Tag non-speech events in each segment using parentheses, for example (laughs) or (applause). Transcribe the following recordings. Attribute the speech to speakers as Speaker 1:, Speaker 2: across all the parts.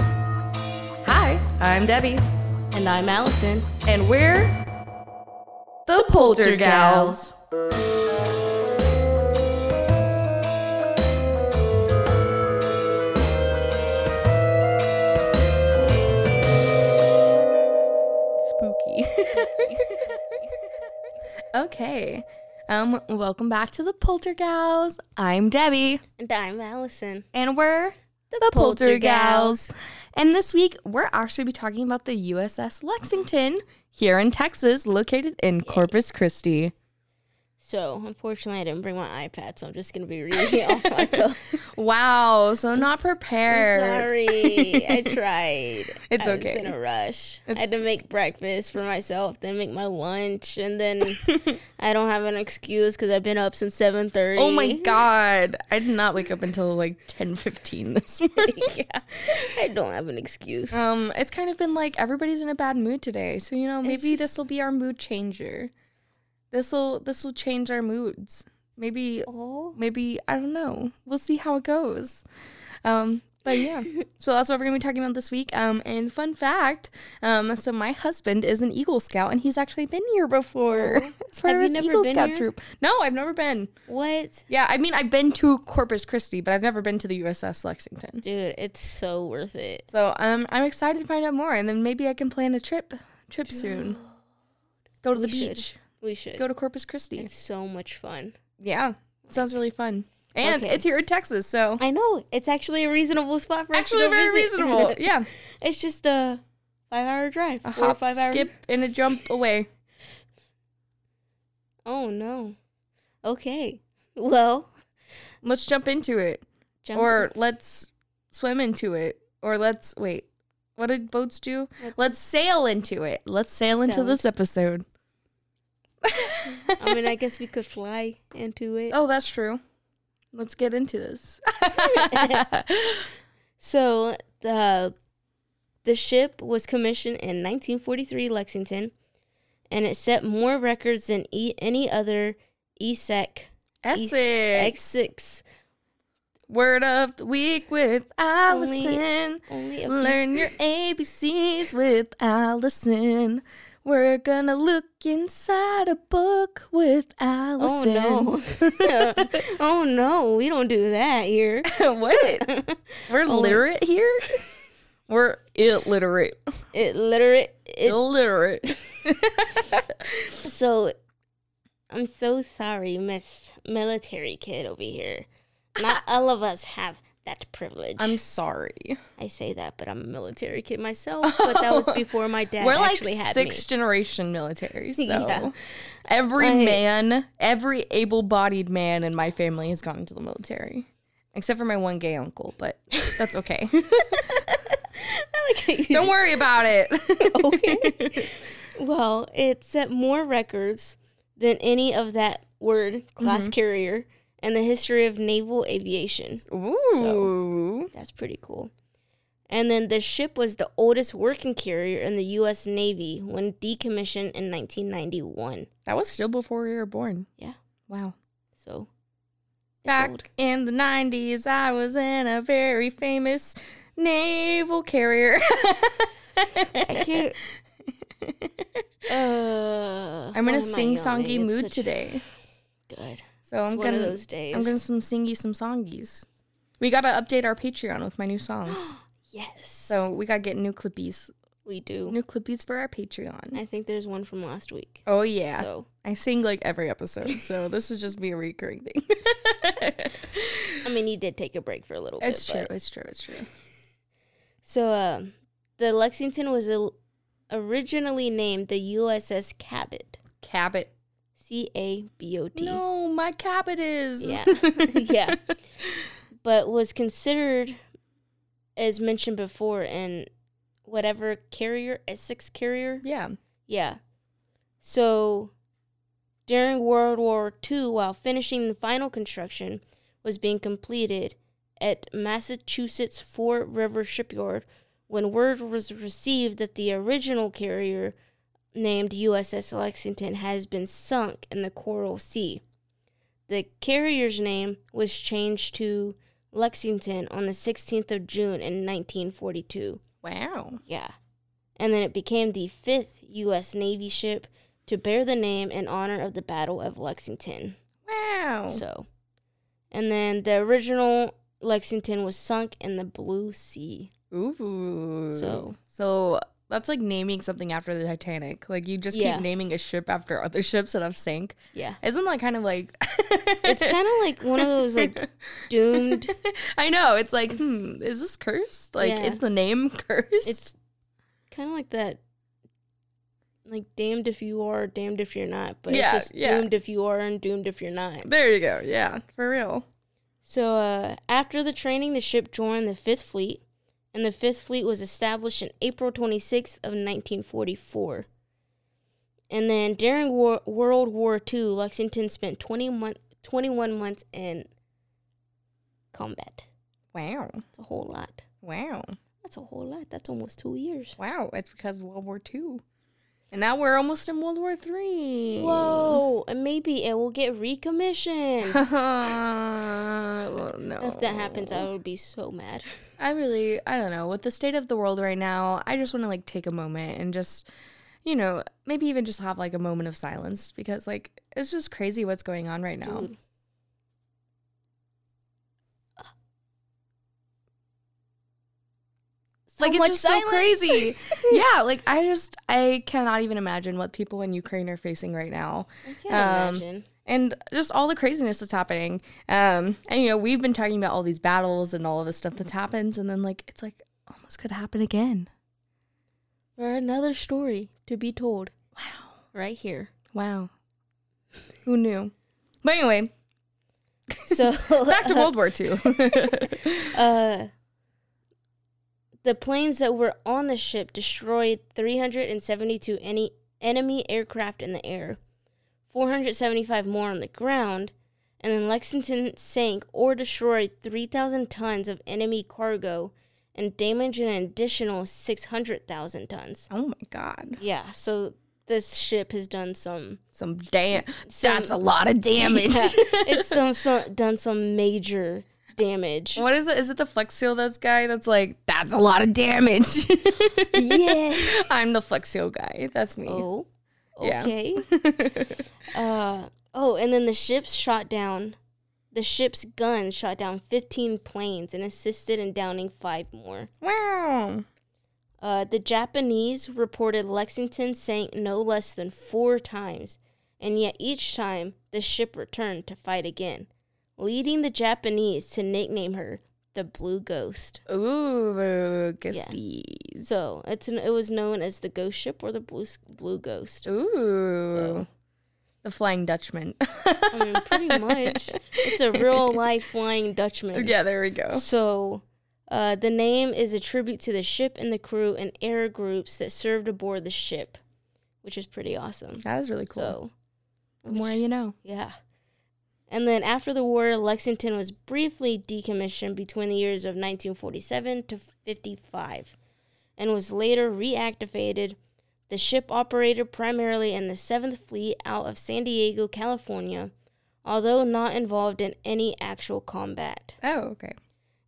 Speaker 1: Hi, I'm Debbie,
Speaker 2: And I'm Allison.
Speaker 1: and we're the Poltergals. Spooky.
Speaker 2: (laughs) Okay. Um, welcome back to the Poltergals. I'm Debbie.
Speaker 1: And I'm Allison.
Speaker 2: And we're the,
Speaker 1: Poltergals.
Speaker 2: And this week we're actually be talking about the USS Lexington here in Texas, located in Corpus Christi.
Speaker 1: So, unfortunately, I didn't bring my iPad, so I'm just going to be reading it off (laughs) my phone.
Speaker 2: Wow, so not prepared.
Speaker 1: Sorry, (laughs) I tried.
Speaker 2: It's
Speaker 1: I
Speaker 2: okay.
Speaker 1: was in a rush. I had to make breakfast for myself, then make my lunch, and (laughs) then I don't have an excuse because I've been up since 7.30.
Speaker 2: Oh my god. I did not wake up until like 10:15 this morning.
Speaker 1: yeah, I don't have an excuse.
Speaker 2: Um, it's kind of been like everybody's in a bad mood today, so you know maybe
Speaker 1: just-
Speaker 2: this will be our mood changer. This will this will change our moods. Maybe
Speaker 1: oh.
Speaker 2: maybe I don't know. We'll see how it goes. Um, but
Speaker 1: (laughs)
Speaker 2: yeah, so that's what we're gonna be talking about this week. Um, and fun fact, um, so my husband is an Eagle Scout, and he's actually been here before. (laughs) as part of
Speaker 1: Oh. Have you
Speaker 2: his
Speaker 1: never
Speaker 2: Eagle
Speaker 1: been
Speaker 2: Scout
Speaker 1: here?
Speaker 2: troop. No, I've never been.
Speaker 1: What?
Speaker 2: Yeah, I mean I've been to Corpus Christi, but I've never been to the USS Lexington.
Speaker 1: Dude, it's so worth it.
Speaker 2: So um, I'm excited to find out more, and then maybe I can plan a trip trip soon. Go to the
Speaker 1: We should.
Speaker 2: beach.
Speaker 1: We should.
Speaker 2: Go to Corpus Christi.
Speaker 1: It's so much fun.
Speaker 2: yeah, sounds really fun, and
Speaker 1: Okay.
Speaker 2: it's here in Texas, so
Speaker 1: I know. It's actually a reasonable spot for us to
Speaker 2: actually
Speaker 1: go
Speaker 2: very
Speaker 1: visit. (laughs)
Speaker 2: reasonable. Yeah,
Speaker 1: it's just a five-hour drive.
Speaker 2: a
Speaker 1: four or
Speaker 2: hop,
Speaker 1: five hour.
Speaker 2: skip, and a jump away.
Speaker 1: Oh no. Okay. (laughs) Well,
Speaker 2: Let's jump into it,
Speaker 1: jump
Speaker 2: or let's swim into it, or let's wait. What did boats do? Let's, sail into it. Let's sail into
Speaker 1: Sail
Speaker 2: this episode.
Speaker 1: (laughs) I mean, I guess we could fly into it. E
Speaker 2: Oh, that's true. Let's get into
Speaker 1: (laughs)
Speaker 2: this.
Speaker 1: So the the ship was commissioned in 1943 Lexington, and it set more records than e- any other E ESEC
Speaker 2: Essex.
Speaker 1: X6.
Speaker 2: Word of the week with
Speaker 1: Only-
Speaker 2: Allison.
Speaker 1: Only a few-
Speaker 2: Learn your ABCs with Allison. We're gonna look inside a book with
Speaker 1: Oh
Speaker 2: Allison.
Speaker 1: no! (laughs) oh no! We don't do that
Speaker 2: (laughs)
Speaker 1: here.
Speaker 2: no. what? (laughs) We're literate here? (laughs) We're illiterate.
Speaker 1: Illiterate. It,
Speaker 2: illiterate.
Speaker 1: so, I'm so sorry, Miss Military Kid over here.
Speaker 2: (laughs)
Speaker 1: Not all of us have that privilege.
Speaker 2: I'm sorry.
Speaker 1: I say that, but I'm a military kid
Speaker 2: (laughs)
Speaker 1: myself. But that was before my dad
Speaker 2: We're like
Speaker 1: actually had
Speaker 2: sixth (laughs) generation military, so
Speaker 1: (laughs) Yeah.
Speaker 2: every
Speaker 1: Like-
Speaker 2: man, every able-bodied man in my family has gone into the military, except for my one gay uncle, but that's
Speaker 1: (laughs)
Speaker 2: okay.
Speaker 1: me.
Speaker 2: Don't worry about it.
Speaker 1: (laughs)
Speaker 2: (laughs)
Speaker 1: okay. well, it set more records than any of that word class
Speaker 2: Mm-hmm.
Speaker 1: carrier in the history of naval aviation.
Speaker 2: Ooh.
Speaker 1: That's pretty cool. And then the ship was the oldest working carrier in the U.S. Navy when decommissioned in 1991.
Speaker 2: That was still before we were born.
Speaker 1: Yeah.
Speaker 2: Wow.
Speaker 1: So
Speaker 2: Back
Speaker 1: old.
Speaker 2: in the 90s, I was in a very famous naval carrier. (laughs)
Speaker 1: I can't. uh,
Speaker 2: I'm
Speaker 1: why
Speaker 2: in a
Speaker 1: am I
Speaker 2: sing songy
Speaker 1: yawning? It's
Speaker 2: mood
Speaker 1: such-
Speaker 2: today.
Speaker 1: Good.
Speaker 2: So
Speaker 1: It's
Speaker 2: I'm
Speaker 1: one
Speaker 2: gonna
Speaker 1: of those days.
Speaker 2: I'm gonna some singy some songies.
Speaker 1: (gasps)
Speaker 2: We gotta update our Patreon with my new songs.
Speaker 1: Yes.
Speaker 2: so we gotta get new clippies.
Speaker 1: We do.
Speaker 2: New clip beats for our Patreon.
Speaker 1: I think there's one from last week.
Speaker 2: Oh yeah.
Speaker 1: So
Speaker 2: I sing like every episode,
Speaker 1: (laughs)
Speaker 2: so this would just be a recurring thing.
Speaker 1: I mean, he did take a break for a little
Speaker 2: it's
Speaker 1: bit.
Speaker 2: true.
Speaker 1: but-
Speaker 2: It's true. It's true.
Speaker 1: So uh, the Lexington was el- originally named the USS Cabot.
Speaker 2: Cabot.
Speaker 1: C A B O T.
Speaker 2: No, my cabot is.
Speaker 1: Yeah. yeah. But was considered, as mentioned before, in whatever carrier, Essex carrier.
Speaker 2: Yeah.
Speaker 1: Yeah. So during World War II, while finishing the final construction was being completed at Massachusetts Fort River Shipyard, when word was received that the original carrier named USS Lexington has been sunk in the Coral Sea. The carrier's name was changed to Lexington on the 16th of June in 1942.
Speaker 2: Wow.
Speaker 1: Yeah. And then it became the fifth U.S. Navy ship to bear the name in honor of the Battle of Lexington.
Speaker 2: Wow.
Speaker 1: So, and then the original Lexington was sunk in the Blue Sea.
Speaker 2: Ooh.
Speaker 1: So-
Speaker 2: So that's like naming something after the Titanic. Like you just
Speaker 1: Yeah.
Speaker 2: keep naming a ship after other (laughs) ships that have sank. (laughs)
Speaker 1: Yeah.
Speaker 2: Isn't that kind of like?
Speaker 1: It's kind of like one of those
Speaker 2: (laughs)
Speaker 1: like doomed.
Speaker 2: I know. It's like, hmm, is this cursed? Like,
Speaker 1: Yeah.
Speaker 2: it's the name cursed.
Speaker 1: It's kind of like that, like damned if you are, damned if you're not. But
Speaker 2: Yeah,
Speaker 1: it's just
Speaker 2: yeah.
Speaker 1: doomed if you are and doomed if you're not.
Speaker 2: there. You go. Yeah, for real.
Speaker 1: So uh, after the training, the ship joined the Fifth Fleet, and the Fifth Fleet was established in April 26th of 1944. And then during War- World War II, Lexington spent 20 mon- 21 months in combat.
Speaker 2: Wow.
Speaker 1: That's a whole lot.
Speaker 2: Wow.
Speaker 1: That's a whole lot. That's almost two years.
Speaker 2: Wow. It's because of World War Two, and now we're almost in World War Three. (laughs)
Speaker 1: Whoa! And maybe it will get recommissioned.
Speaker 2: well, no.
Speaker 1: if that happens, I would be so mad.
Speaker 2: I really, I don't know. With the state of the world right now, I just want to like take a moment and just, you know, maybe even just have like a moment of silence because like it's just crazy what's going on right now.
Speaker 1: Dude.
Speaker 2: like
Speaker 1: much
Speaker 2: it's just
Speaker 1: silence.
Speaker 2: so
Speaker 1: (laughs)
Speaker 2: crazy. yeah, like I just I cannot even imagine what people in Ukraine are facing right now
Speaker 1: I can't
Speaker 2: Um,
Speaker 1: imagine.
Speaker 2: and just all the craziness that's happening. Um, and you know, we've been talking about all these battles and all of this stuff that's happened, and then like it's like almost could happen again.
Speaker 1: Or another story to be told. Wow. Right
Speaker 2: (laughs)
Speaker 1: here.
Speaker 2: Wow, who knew? But anyway,
Speaker 1: So
Speaker 2: back to World War (laughs) Two.
Speaker 1: Uh, the planes that were on the ship destroyed 372 any enemy aircraft in the air, 475 more on the ground, and then Lexington sank or destroyed 3,000 tons of enemy cargo and damaged an additional 600,000 tons.
Speaker 2: oh my God,
Speaker 1: Yeah, so this ship has done some (laughs)
Speaker 2: some damn.
Speaker 1: Some-
Speaker 2: That's a lot of damage.
Speaker 1: Yeah,
Speaker 2: (laughs)
Speaker 1: it's some, some done some major damage.
Speaker 2: (laughs) What is it? Is it the Flex Seal? That's guy. That's like that's a lot of damage.
Speaker 1: Yeah.
Speaker 2: (laughs) I'm the Flex Seal guy. That's me.
Speaker 1: Oh,
Speaker 2: Yeah. (laughs)
Speaker 1: okay. uh, oh, and then the ships shot down. The ship's guns shot down 15 planes and assisted in downing five more.
Speaker 2: Wow.
Speaker 1: Uh, the Japanese reported Lexington sank no less than four times, and yet each time the ship returned to fight again, leading the Japanese to nickname her the Blue Ghost.
Speaker 2: Ooh, ghosties.
Speaker 1: So it's an, it was known as the Ghost Ship or the Blue S- Blue Ghost.
Speaker 2: Ooh.
Speaker 1: So-
Speaker 2: The Flying Dutchman.
Speaker 1: I mean,
Speaker 2: (laughs)
Speaker 1: Uh, pretty much. It's a real life flying Dutchman.
Speaker 2: yeah, there we go.
Speaker 1: So, uh, the name is a tribute to the ship and the crew and air groups that served aboard the ship, which is pretty awesome.
Speaker 2: That is really cool.
Speaker 1: So,
Speaker 2: the more
Speaker 1: which-
Speaker 2: you know.
Speaker 1: yeah. And then after the war, Lexington was briefly decommissioned between the years of 1947 to 55 and was later reactivated. The ship operated primarily in the 7th Fleet out of San Diego, California, although not involved in any actual combat.
Speaker 2: Oh, okay.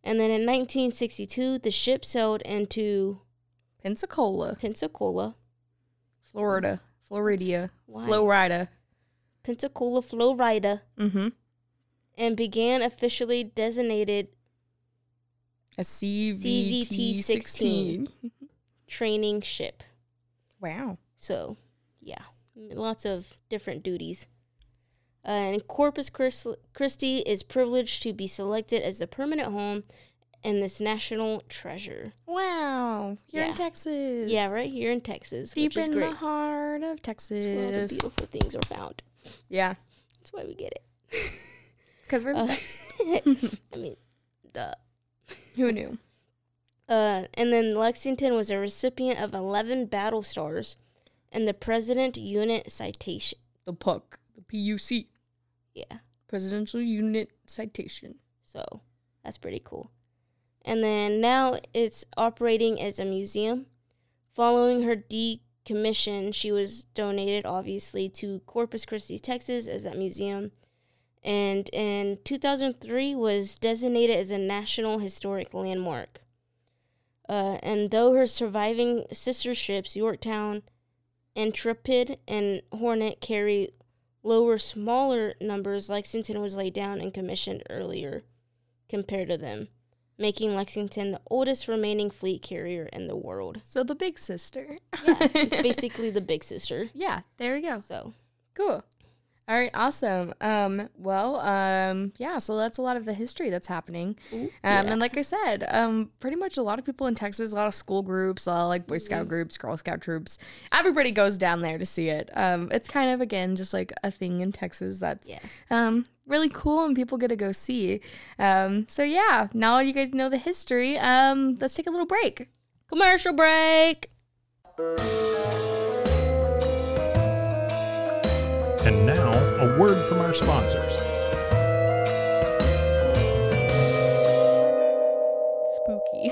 Speaker 1: And then in 1962, the ship sailed into
Speaker 2: Pensacola,
Speaker 1: Pensacola,
Speaker 2: Florida, Florida,
Speaker 1: Why?
Speaker 2: Florida.
Speaker 1: Pensacola, Florida,
Speaker 2: Mm-hmm.
Speaker 1: and began officially designated
Speaker 2: A CVT
Speaker 1: CVT-16.
Speaker 2: sixteen.
Speaker 1: training ship.
Speaker 2: Wow.
Speaker 1: So, yeah, lots of different duties. Uh, and Corpus Chris- Christi is privileged to be selected as the permanent home and this national treasure.
Speaker 2: Wow. You're
Speaker 1: Yeah.
Speaker 2: in Texas.
Speaker 1: Yeah, right here in Texas,
Speaker 2: Deep
Speaker 1: which is
Speaker 2: in
Speaker 1: great.
Speaker 2: the heart of
Speaker 1: It's where all the
Speaker 2: Texas.
Speaker 1: beautiful things are found.
Speaker 2: Yeah.
Speaker 1: That's why we get it.
Speaker 2: Because we're the
Speaker 1: Uh,
Speaker 2: best.
Speaker 1: (laughs) I mean, duh.
Speaker 2: (laughs) Who knew?
Speaker 1: Uh, and then Lexington was a recipient of 11 battle stars and the President Unit Citation.
Speaker 2: The PUC. The PUC.
Speaker 1: Yeah,
Speaker 2: Presidential Unit Citation.
Speaker 1: so that's pretty cool. And then now it's operating as a museum. Following her decommission, she was donated, obviously, to Corpus Christi, Texas, as that museum. And in 2003 was designated as a National Historic Landmark. Uh, and though her surviving sister ships, Yorktown, Intrepid, and Hornet, carry lower, smaller numbers, Lexington was laid down and commissioned earlier compared to them, making Lexington the oldest remaining fleet carrier in the world.
Speaker 2: So the big sister.
Speaker 1: Yeah,
Speaker 2: (laughs)
Speaker 1: it's basically the big sister.
Speaker 2: yeah. There we go.
Speaker 1: So,
Speaker 2: Cool. All right, awesome. Um, well, um, yeah, so that's a lot of the history that's happening.
Speaker 1: Ooh,
Speaker 2: Um,
Speaker 1: yeah.
Speaker 2: And like I said, um, pretty much a lot of people in Texas, a lot of school groups, a lot of like Boy
Speaker 1: Mm-hmm.
Speaker 2: Scout groups, Girl Scout troops, everybody goes down there to see it. Um, it's kind of, again, just like a thing in Texas that's
Speaker 1: Yeah.
Speaker 2: um, really cool and people get to go see. Um, so, yeah, now you guys know the history. Um, let's take a little break.
Speaker 1: commercial break.
Speaker 3: And now, a word from our sponsors.
Speaker 2: (laughs)
Speaker 1: (laughs)
Speaker 2: Spooky.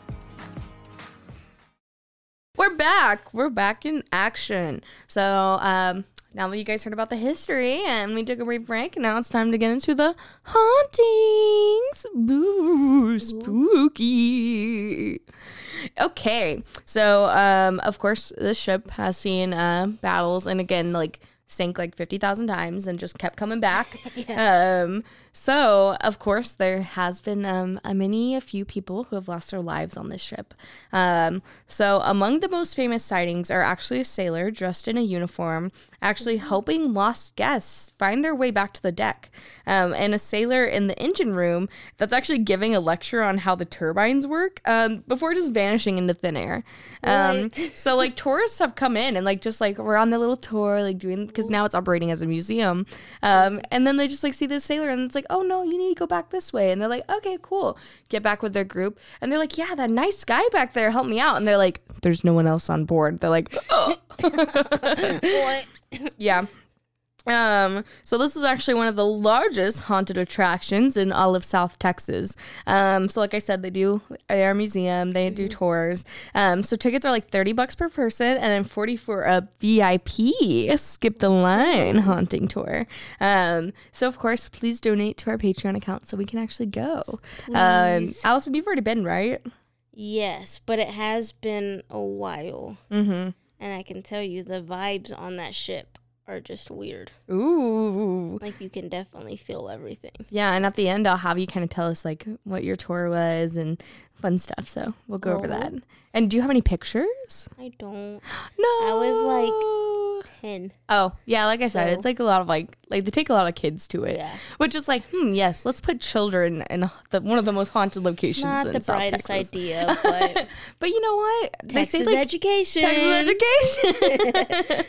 Speaker 2: We're back. We're back in action. So, um, now that you guys heard about the history and we took a brief break, now it's time to get into the hauntings. Boo, spooky. Okay. So, um, of course, this ship has seen uh, battles and again, like, sank like 50,000 times and just kept coming back. um, so, of course, there has been um, a many, a few people who have lost their lives on this ship. Um, so, among the most famous sightings are actually a sailor dressed in a uniform, actually helping lost guests find their way back to the deck, um, and a sailor in the engine room that's actually giving a lecture on how the turbines work um, before just vanishing into thin air. Um, so like tourists have come in and like just like we're on the little tour, like doing because now it's operating as a museum. Um, and then they just like see this sailor and it's like, oh no, you need to go back this way. And they're like, okay, cool. Get back with their group. And they're like, yeah, that nice guy back there helped me out. And they're like, there's no one else on board. They're like, yeah. Um, so this is actually one of the largest haunted attractions in all of South Texas. Um, so like I said, they do they are a museum, they do tours. Um, so tickets are like 30 bucks per person and then 40 for a VIP skip the line haunting tour. Um, so of course, please donate to our Patreon account so we can actually go. Um, Allison, you've already been, right?
Speaker 1: Yes, but it has been a while.
Speaker 2: Mhm.
Speaker 1: And I can tell you the vibes on that ship are just weird.
Speaker 2: Ooh.
Speaker 1: Like, you can definitely feel everything.
Speaker 2: Yeah, and at the end, I'll have you kind of tell us like what your tour was and fun stuff. So we'll go over
Speaker 1: Oh.
Speaker 2: that. And do you have any pictures?
Speaker 1: I don't.
Speaker 2: No,
Speaker 1: was like-
Speaker 2: like,
Speaker 1: 10.
Speaker 2: oh yeah, like I said,
Speaker 1: So-
Speaker 2: it's like a lot of like Like they take a lot of kids to it,
Speaker 1: Yeah.
Speaker 2: which is like, hmm, yes, let's put children in the, one of the most haunted locations
Speaker 1: Not
Speaker 2: in
Speaker 1: the
Speaker 2: South
Speaker 1: brightest
Speaker 2: Texas. (laughs)
Speaker 1: idea, but
Speaker 2: But you know what?
Speaker 1: Texas education.
Speaker 2: Texas education.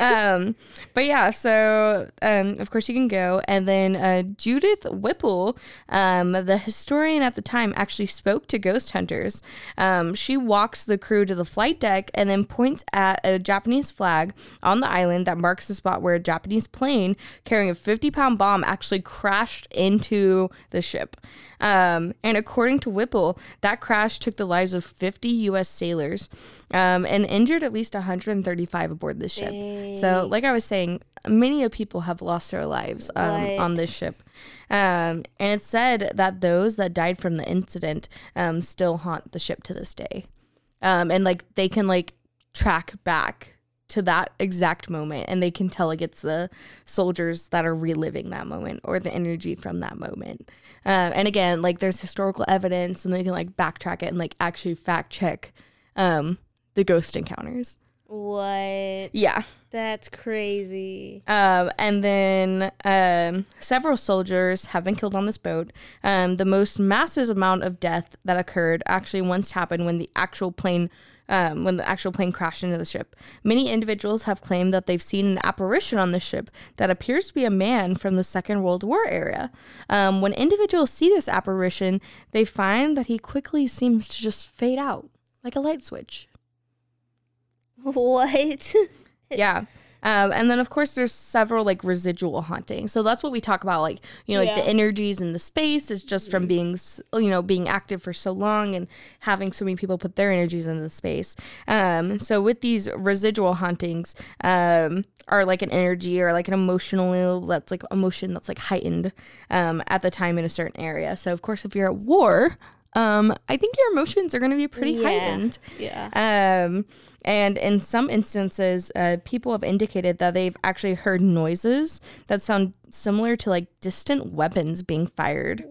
Speaker 2: um, but yeah, so um, of course you can go. And then uh, Judith Whipple, um, the historian at the time, actually spoke to ghost hunters. Um, she walks the crew to the flight deck and then points at a Japanese flag on the island that marks the spot where a Japanese plane carrying a 50 pound bomb actually crashed into the ship. Um, and according to Whipple, that crash took the lives of 50 U.S. sailors um, and injured at least 135 aboard this ship. So, like I was saying, many of people have lost their lives um, on this ship. Um, and it's said that those that died from the incident um, still haunt the ship to this day. Um, and like they can like track back to that exact moment and they can tell like it's the soldiers that are reliving that moment or the energy from that moment um, and again like there's historical evidence and they can like backtrack it and like actually fact check um, the ghost encounters
Speaker 1: what?
Speaker 2: yeah
Speaker 1: That's crazy.
Speaker 2: um, and then um, several soldiers have been killed on this boat. Um, the most massive amount of death that occurred actually once happened when the actual plane. Um, when the actual plane crashed into the ship, many individuals have claimed that they've seen an apparition on the ship that appears to be a man from the Second World War era. Um, when individuals see this apparition, they find that he quickly seems to just fade out like a light switch.
Speaker 1: (laughs) What?
Speaker 2: (laughs) yeah um, and then of course there's several like residual hauntings so that's what we talk about like you know like the
Speaker 1: Yeah.
Speaker 2: energies in the space is just from being s- you know being active for so long and having so many people put their energies into the space um, so with these residual hauntings um, are like an energy or like an emotional that's like emotion that's like heightened um, at the time in a certain area so of course if you're at war um, I think your emotions are going to be pretty
Speaker 1: Yeah.
Speaker 2: heightened.
Speaker 1: Yeah.
Speaker 2: Um, and in some instances, uh, people have indicated that they've actually heard noises that sound similar to like distant weapons being fired.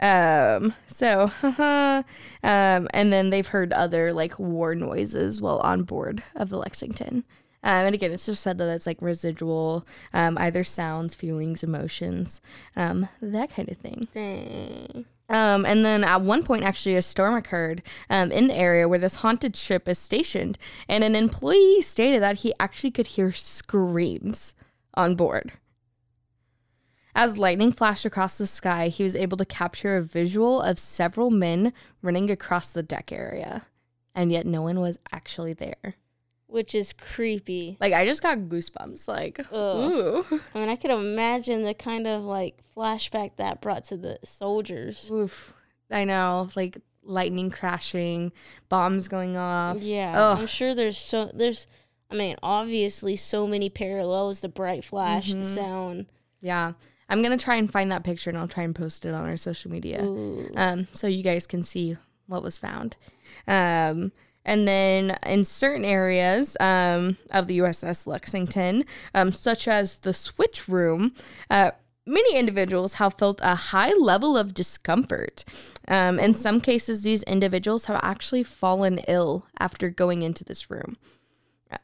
Speaker 2: Um, so, (laughs) um, and then they've heard other like war noises while on board of the Lexington. Um, and again, it's just said that it's like residual, um, either sounds, feelings, emotions, um, that kind of thing. Um, and then at one point, actually, a storm occurred um, in the area where this haunted ship is stationed, and an employee stated that he actually could hear screams on board. As lightning flashed across the sky, he was able to capture a visual of several men running across the deck area, and yet no one was actually there.
Speaker 1: Which is creepy.
Speaker 2: Like I just got goosebumps. Like,
Speaker 1: Ugh.
Speaker 2: ooh,
Speaker 1: I mean, I could imagine the kind of like flashback that brought to the soldiers.
Speaker 2: oof. I know, like lightning crashing, bombs going off.
Speaker 1: Yeah,
Speaker 2: Ugh.
Speaker 1: I'm sure there's so there's. I mean, obviously, so many parallels: the bright flash, the sound.
Speaker 2: Yeah. I'm gonna try and find that picture and I'll try and post it on our social media. Um, so you guys can see what was found. Um and then in certain areas um, of the USS Lexington, um, such as the switch room, uh, many individuals have felt a high level of discomfort. Um, in some cases, these individuals have actually fallen ill after going into this room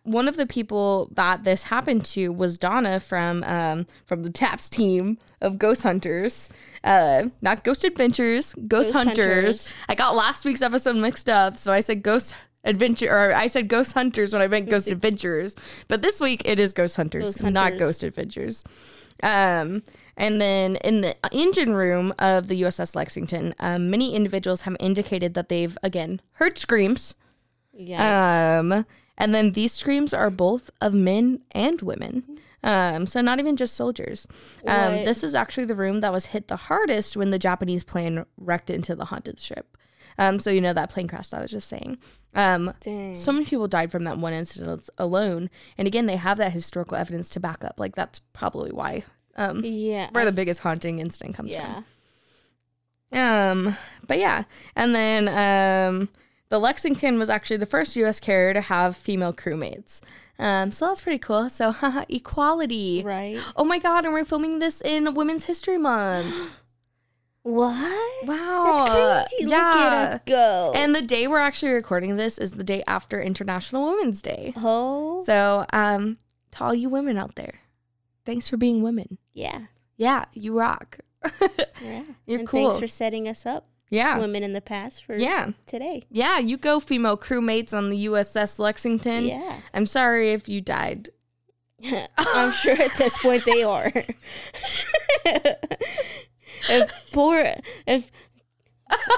Speaker 2: one of the people that this happened to was Donna from um, from the Taps team of Ghost Hunters, uh, not Ghost Adventures, Ghost,
Speaker 1: Ghost
Speaker 2: Hunters.
Speaker 1: Hunters.
Speaker 2: I got last week's episode mixed up, so I said Ghost Adventure, or I said Ghost Hunters when I meant Ghost Adventures. But this week it is Ghost Hunters,
Speaker 1: Ghost
Speaker 2: not
Speaker 1: Hunters.
Speaker 2: Ghost Adventures. Um, and then in the engine room of the USS Lexington, um, many individuals have indicated that they've again heard screams.
Speaker 1: Yeah,
Speaker 2: Um, and then these screams are both of men and women. Um, so not even just soldiers. Um,
Speaker 1: What?
Speaker 2: this is actually the room that was hit the hardest when the Japanese plane wrecked into the haunted ship. Um, so you know that plane crash that I was just saying. Um,
Speaker 1: Dang.
Speaker 2: so many people died from that one incident alone. And again, they have that historical evidence to back up. Like that's probably why um,
Speaker 1: yeah,
Speaker 2: where the biggest haunting incident comes from.
Speaker 1: yeah.
Speaker 2: Um, but yeah, and then um, the Lexington was actually the first U.S. carrier to have female crewmates. Um, so that's pretty cool. So haha, equality.
Speaker 1: Right?
Speaker 2: Oh my God! And we're filming this in Women's History Month.
Speaker 1: (gasps) What?
Speaker 2: Wow.
Speaker 1: That's crazy. Look at us go.
Speaker 2: And the day we're actually recording this is the day after International Women's Day.
Speaker 1: oh
Speaker 2: So um, to all you women out there, Thanks for being women.
Speaker 1: Yeah.
Speaker 2: Yeah, you rock. (laughs)
Speaker 1: Yeah.
Speaker 2: You're
Speaker 1: and
Speaker 2: cool.
Speaker 1: Thanks for setting us up,
Speaker 2: yeah.
Speaker 1: women in the past, for
Speaker 2: Yeah.
Speaker 1: today.
Speaker 2: Yeah, you go, female crewmates on the USS Lexington.
Speaker 1: Yeah.
Speaker 2: I'm sorry if you died.
Speaker 1: I'm sure at this point they are. if poor, if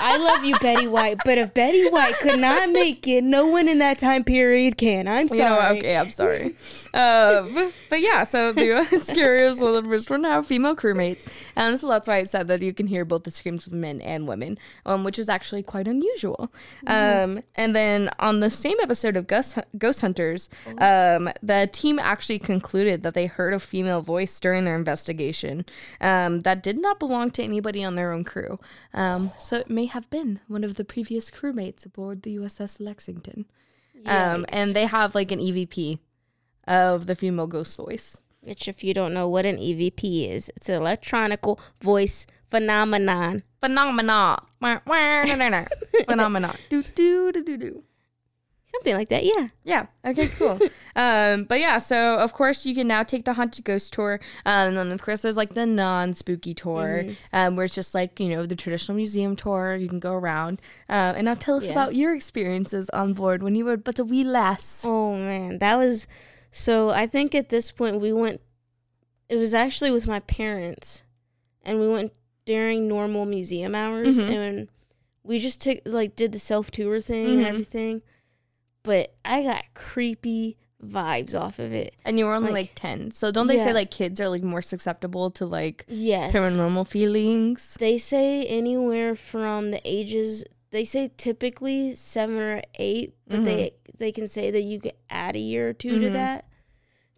Speaker 1: I love you, Betty White, but if Betty White could not make it, no one in that time period can. I'm sorry.
Speaker 2: You know, okay, I'm sorry. um, but yeah, so the (laughs) US Curious will the first one have female crewmates. And so that's why I said that you can hear both the screams of men and women, um, which is actually quite unusual. Um, and then on the same episode of Ghost, Hun- Ghost Hunters, um, the team actually concluded that they heard a female voice during their investigation um, that did not belong to anybody on their own crew. Um, so it may have been one of the previous crewmates aboard the USS Lexington. Um, and they have like an EVP of the female ghost voice.
Speaker 1: Which, if you don't know what an EVP is, it's an electronical voice phenomenon.
Speaker 2: Phenomena. Wah, wah, nah, nah,
Speaker 1: (laughs)
Speaker 2: nah. Phenomena. Do, do, do, do, do.
Speaker 1: Something like that, yeah.
Speaker 2: Yeah. Okay,
Speaker 1: (laughs)
Speaker 2: cool. um, but yeah, so of course you can now take the haunted ghost tour. Um, and then of course there's like the non spooky tour,
Speaker 1: Mm-hmm.
Speaker 2: um, where it's just like, you know, the traditional museum tour. You can go around. Um, and now tell us
Speaker 1: Yeah.
Speaker 2: about your experiences on board when you were but a wee lass.
Speaker 1: Oh man, that was so. I think at this point we went. It was actually with my parents, and we went during normal museum hours,
Speaker 2: Mhm.
Speaker 1: and we just took like did the self tour thing
Speaker 2: Mhm.
Speaker 1: and everything. But I got creepy vibes off of it.
Speaker 2: And you were only
Speaker 1: Like-
Speaker 2: like 10. So don't they
Speaker 1: Yeah.
Speaker 2: say like kids are like more susceptible to like
Speaker 1: Yes,
Speaker 2: paranormal feelings?
Speaker 1: they say anywhere from the ages. They say typically seven or eight, but they they can say that you could add a year or 2 to
Speaker 2: Mhm.
Speaker 1: that,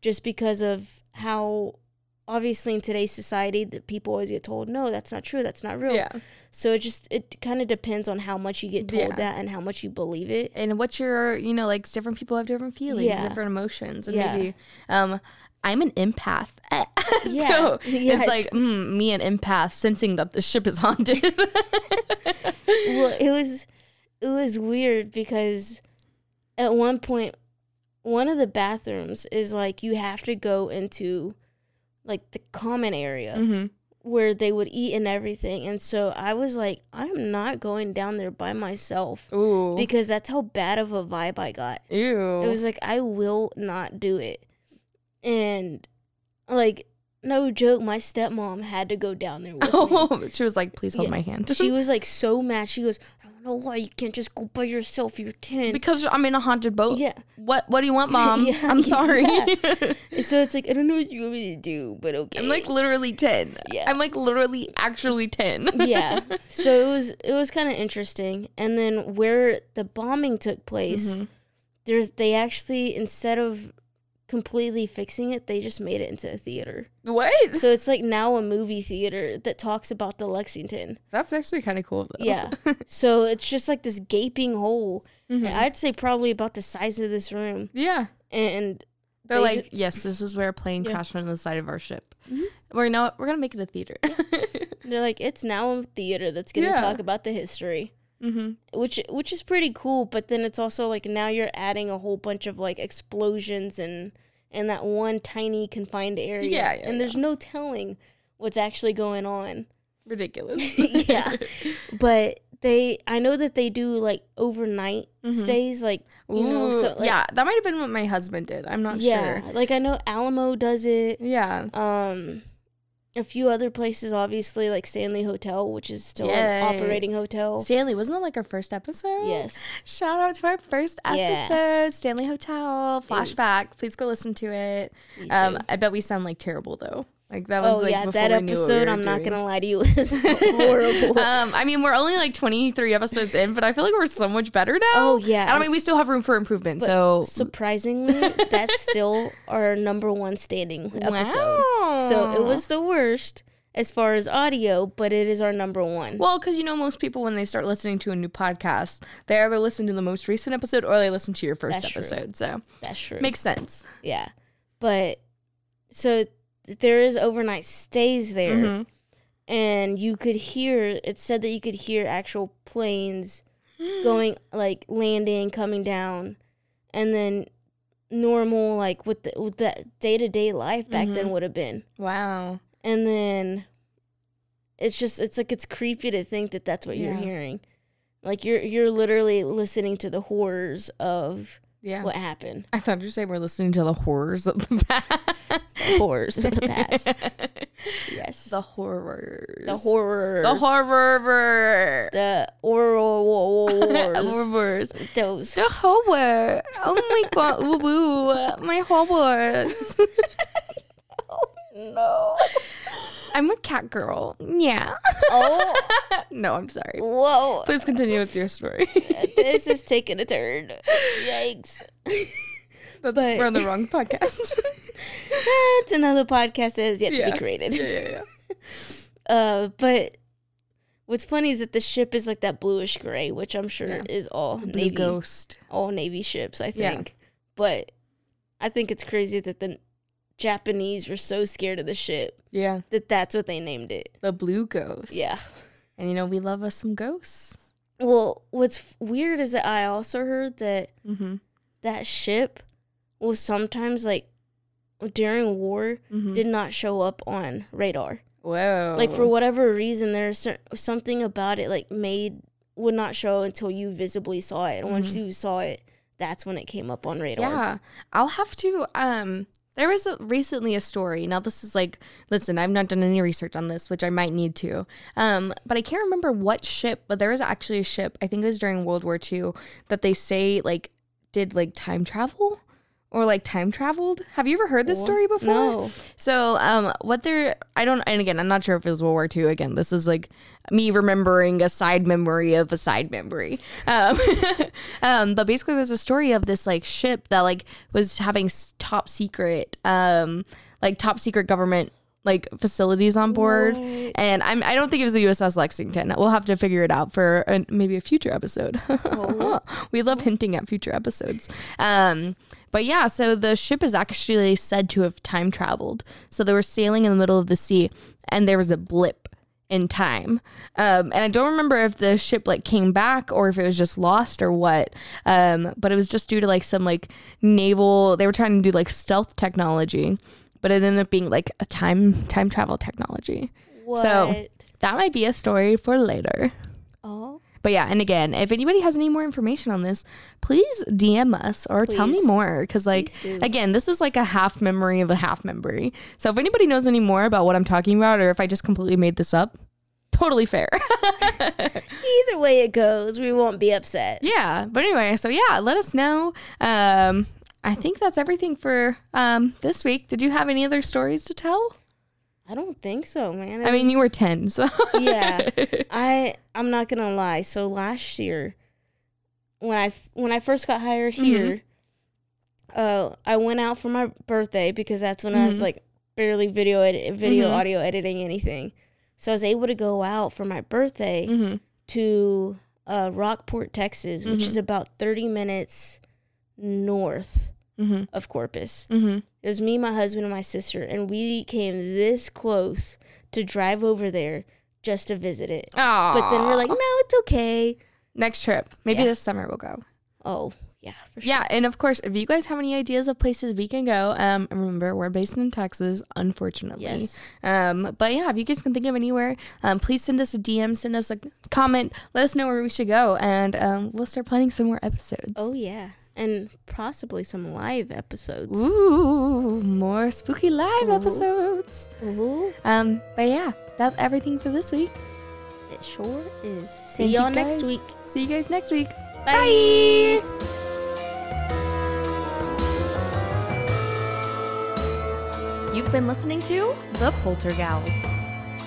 Speaker 1: just because of how obviously in today's society that people always get told no, that's not true, that's not real. So it just it kind of depends on how much you get told
Speaker 2: Yeah.
Speaker 1: that and how much you believe it.
Speaker 2: And what's your, you know, like different people have different feelings,
Speaker 1: Yeah.
Speaker 2: different emotions, and
Speaker 1: Yeah.
Speaker 2: maybe um I'm an empath. (laughs) so
Speaker 1: Yeah. Yes.
Speaker 2: it's like mm, me an empath sensing that the ship is haunted.
Speaker 1: (laughs) well, it was it was weird because at one point one of the bathrooms is like you have to go into like the common area
Speaker 2: Mhm.
Speaker 1: where they would eat and everything and so i was like i'm not going down there by myself
Speaker 2: Ooh.
Speaker 1: because that's how bad of a vibe i got
Speaker 2: (laughs) Ew.
Speaker 1: it was like i will not do it and like no joke my stepmom had to go down there
Speaker 2: (laughs)
Speaker 1: with me
Speaker 2: (laughs) oh, she was like, please hold
Speaker 1: Yeah.
Speaker 2: my hand.
Speaker 1: she was like so mad. She goes, I don't know why you can't just go by yourself. You're
Speaker 2: (laughs)
Speaker 1: 10.
Speaker 2: because I'm in a haunted boat.
Speaker 1: Yeah.
Speaker 2: What What do you want, mom?
Speaker 1: (laughs) Yeah,
Speaker 2: I'm sorry.
Speaker 1: yeah. so it's like, I don't know what you want me to do, but
Speaker 2: (laughs)
Speaker 1: okay.
Speaker 2: I'm like literally ten.
Speaker 1: Yeah.
Speaker 2: I'm like literally actually ten.
Speaker 1: (laughs) yeah. So it was it was kind of interesting. And then where the bombing took place,
Speaker 2: Mm-hmm.
Speaker 1: there's they actually instead of completely fixing it, they just made it into a theater.
Speaker 2: (laughs) What?
Speaker 1: So it's like now a movie theater that talks about the Lexington.
Speaker 2: That's actually kind of cool though.
Speaker 1: Yeah. so it's just like this gaping hole.
Speaker 2: Mm-hmm.
Speaker 1: I'd say probably about the size of this room.
Speaker 2: (laughs) yeah.
Speaker 1: And
Speaker 2: They're
Speaker 1: They
Speaker 2: like,
Speaker 1: ju-
Speaker 2: yes, this is where a plane
Speaker 1: Yeah. Mm-hmm.
Speaker 2: crashed on the side of our ship. We're now we're gonna make it a theater.
Speaker 1: they're like, it's now a theater that's gonna
Speaker 2: Yeah.
Speaker 1: talk about the history.
Speaker 2: mm-hmm.
Speaker 1: Which which is pretty cool, but then it's also like now you're adding a whole bunch of like explosions and and that one tiny confined area.
Speaker 2: Yeah, yeah,
Speaker 1: and there's no telling what's actually going
Speaker 2: (laughs)
Speaker 1: on.
Speaker 2: (laughs) Ridiculous.
Speaker 1: (laughs) yeah. But they I know that they do like overnight stays, like you know, so
Speaker 2: Mm-hmm. Ooh,
Speaker 1: like,
Speaker 2: yeah, that might have been what my husband did. I'm not
Speaker 1: yeah.
Speaker 2: sure.
Speaker 1: Like I know Alamo does it.
Speaker 2: Yeah.
Speaker 1: Um, a few other places, obviously, like Stanley Hotel, which is still an
Speaker 2: Yay.
Speaker 1: operating hotel.
Speaker 2: Stanley, wasn't that like our first episode?
Speaker 1: yes.
Speaker 2: Shout out to our first
Speaker 1: Yeah.
Speaker 2: episode, Stanley Hotel flashback. Please go listen to it.
Speaker 1: Please
Speaker 2: Um,
Speaker 1: do.
Speaker 2: I bet we sound like terrible though. Like that
Speaker 1: oh
Speaker 2: one's like
Speaker 1: yeah,
Speaker 2: before
Speaker 1: that
Speaker 2: we knew what we
Speaker 1: episode.
Speaker 2: were
Speaker 1: I'm not
Speaker 2: doing.
Speaker 1: gonna lie (laughs)
Speaker 2: (laughs)
Speaker 1: to you, is horrible.
Speaker 2: Um, I mean, we're only like 23 episodes in, but I feel like we're so much better now.
Speaker 1: Oh, yeah.
Speaker 2: And I mean, we still have room for improvement.
Speaker 1: But
Speaker 2: so,
Speaker 1: surprisingly, that's still our number one standing episode.
Speaker 2: Wow.
Speaker 1: So it was the worst as far as audio, but it is our number one.
Speaker 2: Well, because you know, most people when they start listening to a new podcast, they either listen to the most recent episode or they listen to your first
Speaker 1: That's true.
Speaker 2: episode. So
Speaker 1: that's true.
Speaker 2: makes sense.
Speaker 1: yeah, but so th- there is overnight stays there.
Speaker 2: Mhm.
Speaker 1: and you could hear it said that you could hear actual (gasps) planes going like landing coming down and then normal like with the with that day to day life back then would have been.
Speaker 2: Wow.
Speaker 1: And then it's just it's like it's creepy to think that that's what you're
Speaker 2: Yeah.
Speaker 1: hearing. Like you're you're literally listening to the horrors of
Speaker 2: Yeah.
Speaker 1: what happened.
Speaker 2: I thought you said we're listening to the horrors of the past.
Speaker 1: (laughs) Horrors of the past. (laughs) yes.
Speaker 2: the horrors.
Speaker 1: the horrors.
Speaker 2: The
Speaker 1: (laughs)
Speaker 2: horror.
Speaker 1: The oral (laughs) war- war- wars.
Speaker 2: horrors. (laughs)
Speaker 1: Those.
Speaker 2: The horror. Oh my (laughs) god. Woo woo. My (laughs) horrors.
Speaker 1: No.
Speaker 2: I'm a cat girl. Yeah.
Speaker 1: Oh.
Speaker 2: (laughs) no, I'm sorry.
Speaker 1: (laughs) Whoa.
Speaker 2: Please continue with your
Speaker 1: (laughs)
Speaker 2: story. (laughs)
Speaker 1: this is taking a turn. Yikes.
Speaker 2: That's,
Speaker 1: But-
Speaker 2: we're on the wrong podcast. (laughs)
Speaker 1: That's another podcast that is yet to
Speaker 2: Yeah.
Speaker 1: be created.
Speaker 2: yeah, yeah,
Speaker 1: (laughs)
Speaker 2: yeah.
Speaker 1: Uh, but what's funny is that the ship is like that bluish gray, which I'm sure
Speaker 2: Yeah.
Speaker 1: is all
Speaker 2: Blue
Speaker 1: navy,
Speaker 2: ghost.
Speaker 1: all navy ships. I
Speaker 2: Yeah.
Speaker 1: think, but I think it's crazy that the Japanese were so scared of the ship
Speaker 2: Yeah.
Speaker 1: that that's what they named it.
Speaker 2: The blue ghost.
Speaker 1: Yeah.
Speaker 2: And you know, we love us some ghosts.
Speaker 1: Well, what's f- weird is that I also heard that
Speaker 2: Mm-hmm.
Speaker 1: that ship will sometimes like during war
Speaker 2: Mhm.
Speaker 1: did not show up on radar.
Speaker 2: Whoa.
Speaker 1: Like for whatever reason, there's cer- something about it like made would not show until you visibly saw it. And once you saw it, that's when it came up on radar.
Speaker 2: Mm-hmm. Yeah, I'll have to. Um, there was a, recently a story. Now this is like, listen, I've not done any research on this, which I might need to. Um, but I can't remember what ship, but there was actually a ship. I think it was during World War II that they say like did like time travel or like time traveled. Have you ever heard this story before?
Speaker 1: No.
Speaker 2: So, um, what they're, I don't, and again, I'm not sure if it was World War II. Again, this is like me remembering a side memory of a side memory. Um, (laughs) um, but basically, there's a story of this like ship that like was having s- top secret, um, like top secret government like facilities on board. And I'm, I don't think it was the USS Lexington. We'll have to figure it out for an, maybe a future episode. (laughs) we love hinting at future episodes. Um, but yeah, so the ship is actually said to have time traveled. So they were sailing in the middle of the sea and there was a blip in time. Um, and I don't remember if the ship like came back or if it was just lost or what. Um, but it was just due to like some like naval, they were trying to do like stealth technology, but it ended up being like a time, time travel technology.
Speaker 1: What?
Speaker 2: So that might be a story for later.
Speaker 1: oh,
Speaker 2: But yeah, and again, if anybody has any more information on this, please DM us or tell me
Speaker 1: Please.
Speaker 2: more. Because, like,
Speaker 1: do.
Speaker 2: again, this is like a half memory of a half memory. So, if anybody knows any more about what I'm talking about or if I just completely made this up, totally fair. (laughs)
Speaker 1: either way it goes, we won't be upset.
Speaker 2: yeah. But anyway, so yeah, let us know. Um, I think that's everything for um, this week. Did you have any other stories to tell?
Speaker 1: I don't think so, man. It
Speaker 2: I mean, you were
Speaker 1: was-
Speaker 2: 10, so. (laughs)
Speaker 1: yeah. I I'm not gonna lie. So last year, when I f- when I first got hired here, uh, I went out for my birthday because that's when I was
Speaker 2: Mhm.
Speaker 1: like barely video edit, video
Speaker 2: Mhm.
Speaker 1: audio editing anything. So I was able to go out for my birthday
Speaker 2: Mhm.
Speaker 1: to uh, Rockport, Texas, which is about 30 minutes north
Speaker 2: Mhm.
Speaker 1: of Corpus.
Speaker 2: Mhm.
Speaker 1: It was me, my husband, and my sister, and we came this close to drive over there just to visit it. But then we're like,
Speaker 2: Aw.
Speaker 1: no, it's okay.
Speaker 2: next trip. Maybe
Speaker 1: Yeah.
Speaker 2: this summer we'll go.
Speaker 1: Oh, yeah, for sure.
Speaker 2: Yeah, and of course, if you guys have any ideas of places we can go, um, and remember we're based in Texas, unfortunately.
Speaker 1: Yes.
Speaker 2: Um, but yeah, if you guys can think of anywhere, um, please send us a DM, send us a comment, let us know where we should go, and um, we'll start planning some more episodes.
Speaker 1: Oh, yeah. And possibly some live episodes.
Speaker 2: Ooh, more spooky live episodes.
Speaker 1: Ooh,
Speaker 2: Um, but yeah, that's everything for this week.
Speaker 1: it sure is.
Speaker 2: Thank
Speaker 1: See
Speaker 2: you
Speaker 1: y'all next
Speaker 2: guys.
Speaker 1: week.
Speaker 2: See you guys next week.
Speaker 1: Bye.
Speaker 2: You've been listening to The Poltergals.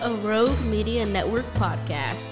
Speaker 1: A Rogue Media Network podcast.